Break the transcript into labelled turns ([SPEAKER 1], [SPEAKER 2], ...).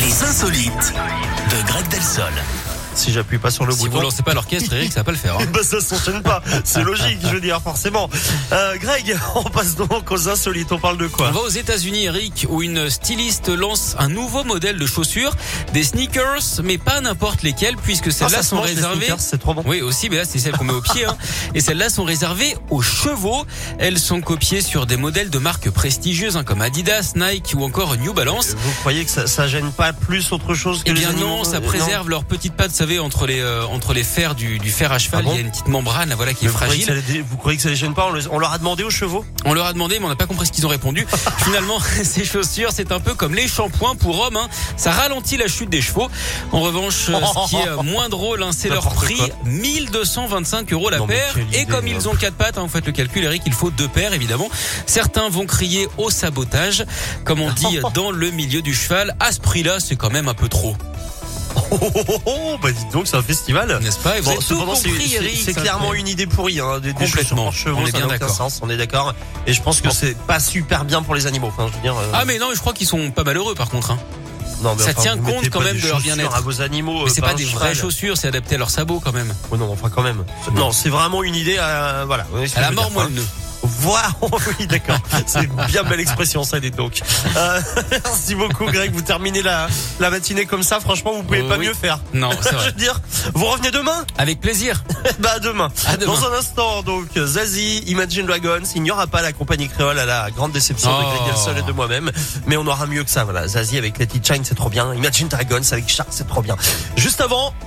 [SPEAKER 1] insolite de Greg Delsol.
[SPEAKER 2] Si j'appuie pas sur le
[SPEAKER 3] si
[SPEAKER 2] bouton.
[SPEAKER 3] vous lancez pas l'orchestre, Eric, ça va pas le faire. hein.
[SPEAKER 2] Bah ça s'enchaîne pas, c'est logique, je veux dire, forcément. Euh, Greg, on passe donc aux insolites, on parle de
[SPEAKER 3] On
[SPEAKER 2] quoi
[SPEAKER 3] va aux États-Unis, Eric, où une styliste lance un nouveau modèle de chaussures, des sneakers, mais pas n'importe lesquels, puisque
[SPEAKER 2] Ah,
[SPEAKER 3] celles-là
[SPEAKER 2] ça se
[SPEAKER 3] sont
[SPEAKER 2] mange, les
[SPEAKER 3] réservées.
[SPEAKER 2] sneakers, C'est trop bon.
[SPEAKER 3] Oui, aussi, mais là, c'est celles qu'on met aux pieds. hein. Et celles-là sont réservées aux chevaux. Elles sont copiées sur des modèles de marques prestigieuses, hein, comme Adidas, Nike ou encore New Balance.
[SPEAKER 2] Vous croyez que ça, ça gêne pas plus autre chose que
[SPEAKER 3] Eh
[SPEAKER 2] les
[SPEAKER 3] bien
[SPEAKER 2] animaux
[SPEAKER 3] non, ça
[SPEAKER 2] Euh,
[SPEAKER 3] préserve leurs petites pattes, vous savez, entre les euh, entre les fers du, du fer à
[SPEAKER 2] Ah
[SPEAKER 3] cheval,
[SPEAKER 2] bon
[SPEAKER 3] il y a une petite membrane, là, voilà, qui
[SPEAKER 2] Mais
[SPEAKER 3] est
[SPEAKER 2] vous, croyez que ça
[SPEAKER 3] fragile.
[SPEAKER 2] les dé- vous croyez que ça les gêne pas on, les- on leur a demandé aux chevaux
[SPEAKER 3] On leur a demandé, mais on n'a pas compris ce qu'ils ont répondu. Finalement, ces chaussures, c'est un peu comme les shampoings pour hommes, hein. ça ralentit la chute des chevaux. En revanche, euh, ce qui est euh, moins drôle, hein, c'est leur
[SPEAKER 2] N'importe
[SPEAKER 3] prix,
[SPEAKER 2] quoi.
[SPEAKER 3] 1225 euros la
[SPEAKER 2] Non, mais
[SPEAKER 3] paire.
[SPEAKER 2] quelle
[SPEAKER 3] Et
[SPEAKER 2] idée,
[SPEAKER 3] comme
[SPEAKER 2] hein.
[SPEAKER 3] ils ont quatre pattes, hein, vous faites le calcul, Eric, il faut deux paires, évidemment. Certains vont crier au sabotage, comme on dit dans le milieu du cheval. À ce prix-là, c'est quand même un peu trop.
[SPEAKER 2] oh, oh, oh, oh, bah dites donc, c'est un festival.
[SPEAKER 3] N'est-ce pas Et vous
[SPEAKER 2] Bon,
[SPEAKER 3] avez tout
[SPEAKER 2] cependant, c'est-
[SPEAKER 3] compris,
[SPEAKER 2] c'est-
[SPEAKER 3] Eric.
[SPEAKER 2] C'est
[SPEAKER 3] ça,
[SPEAKER 2] clairement
[SPEAKER 3] c'est-
[SPEAKER 2] une idée pourrie. Hein, des, des
[SPEAKER 3] Complètement.
[SPEAKER 2] chaussures pour
[SPEAKER 3] On
[SPEAKER 2] chevaux,
[SPEAKER 3] est
[SPEAKER 2] ça
[SPEAKER 3] bien
[SPEAKER 2] n'a aucun
[SPEAKER 3] d'accord.
[SPEAKER 2] sens, On est d'accord. Et je pense que
[SPEAKER 3] Bon.
[SPEAKER 2] c'est pas super bien pour les animaux. Enfin, je veux dire. euh,
[SPEAKER 3] Ah mais non, mais je crois qu'ils sont pas malheureux par contre. Hein.
[SPEAKER 2] non, mais
[SPEAKER 3] ça
[SPEAKER 2] enfin,
[SPEAKER 3] tient
[SPEAKER 2] vous
[SPEAKER 3] compte
[SPEAKER 2] mettez
[SPEAKER 3] quand
[SPEAKER 2] pas
[SPEAKER 3] même
[SPEAKER 2] des
[SPEAKER 3] de leur
[SPEAKER 2] chaussures
[SPEAKER 3] bien-être.
[SPEAKER 2] à vos animaux.
[SPEAKER 3] Mais c'est
[SPEAKER 2] euh,
[SPEAKER 3] pas
[SPEAKER 2] un
[SPEAKER 3] des
[SPEAKER 2] cheval.
[SPEAKER 3] vraies chaussures, c'est adapté à leurs sabots quand même.
[SPEAKER 2] Oh non, enfin quand même. Non, c'est vraiment une idée. euh, voilà. Vous voyez ce que
[SPEAKER 3] À
[SPEAKER 2] je
[SPEAKER 3] la
[SPEAKER 2] veux
[SPEAKER 3] mort
[SPEAKER 2] dire. hein.
[SPEAKER 3] moi le nœud.
[SPEAKER 2] Voir, oui, d'accord. C'est une bien belle expression, ça, dites donc. Euh, merci beaucoup, Greg. Vous terminez la, la matinée comme ça. Franchement, vous pouvez
[SPEAKER 3] Euh,
[SPEAKER 2] pas
[SPEAKER 3] oui.
[SPEAKER 2] mieux faire.
[SPEAKER 3] Non, c'est
[SPEAKER 2] Je
[SPEAKER 3] vrai.
[SPEAKER 2] veux dire, vous revenez demain
[SPEAKER 3] Avec plaisir.
[SPEAKER 2] Bah, à demain.
[SPEAKER 3] À demain.
[SPEAKER 2] Dans un instant, donc, Zazie, Imagine Dragons. Il n'y aura pas la compagnie créole à la grande déception de
[SPEAKER 3] Oh.
[SPEAKER 2] Greg Delsol et de moi-même. Mais on aura mieux que ça, voilà. Zazie avec Letty Chine, c'est trop bien. Imagine Dragons avec Shark, c'est trop bien. Juste avant, on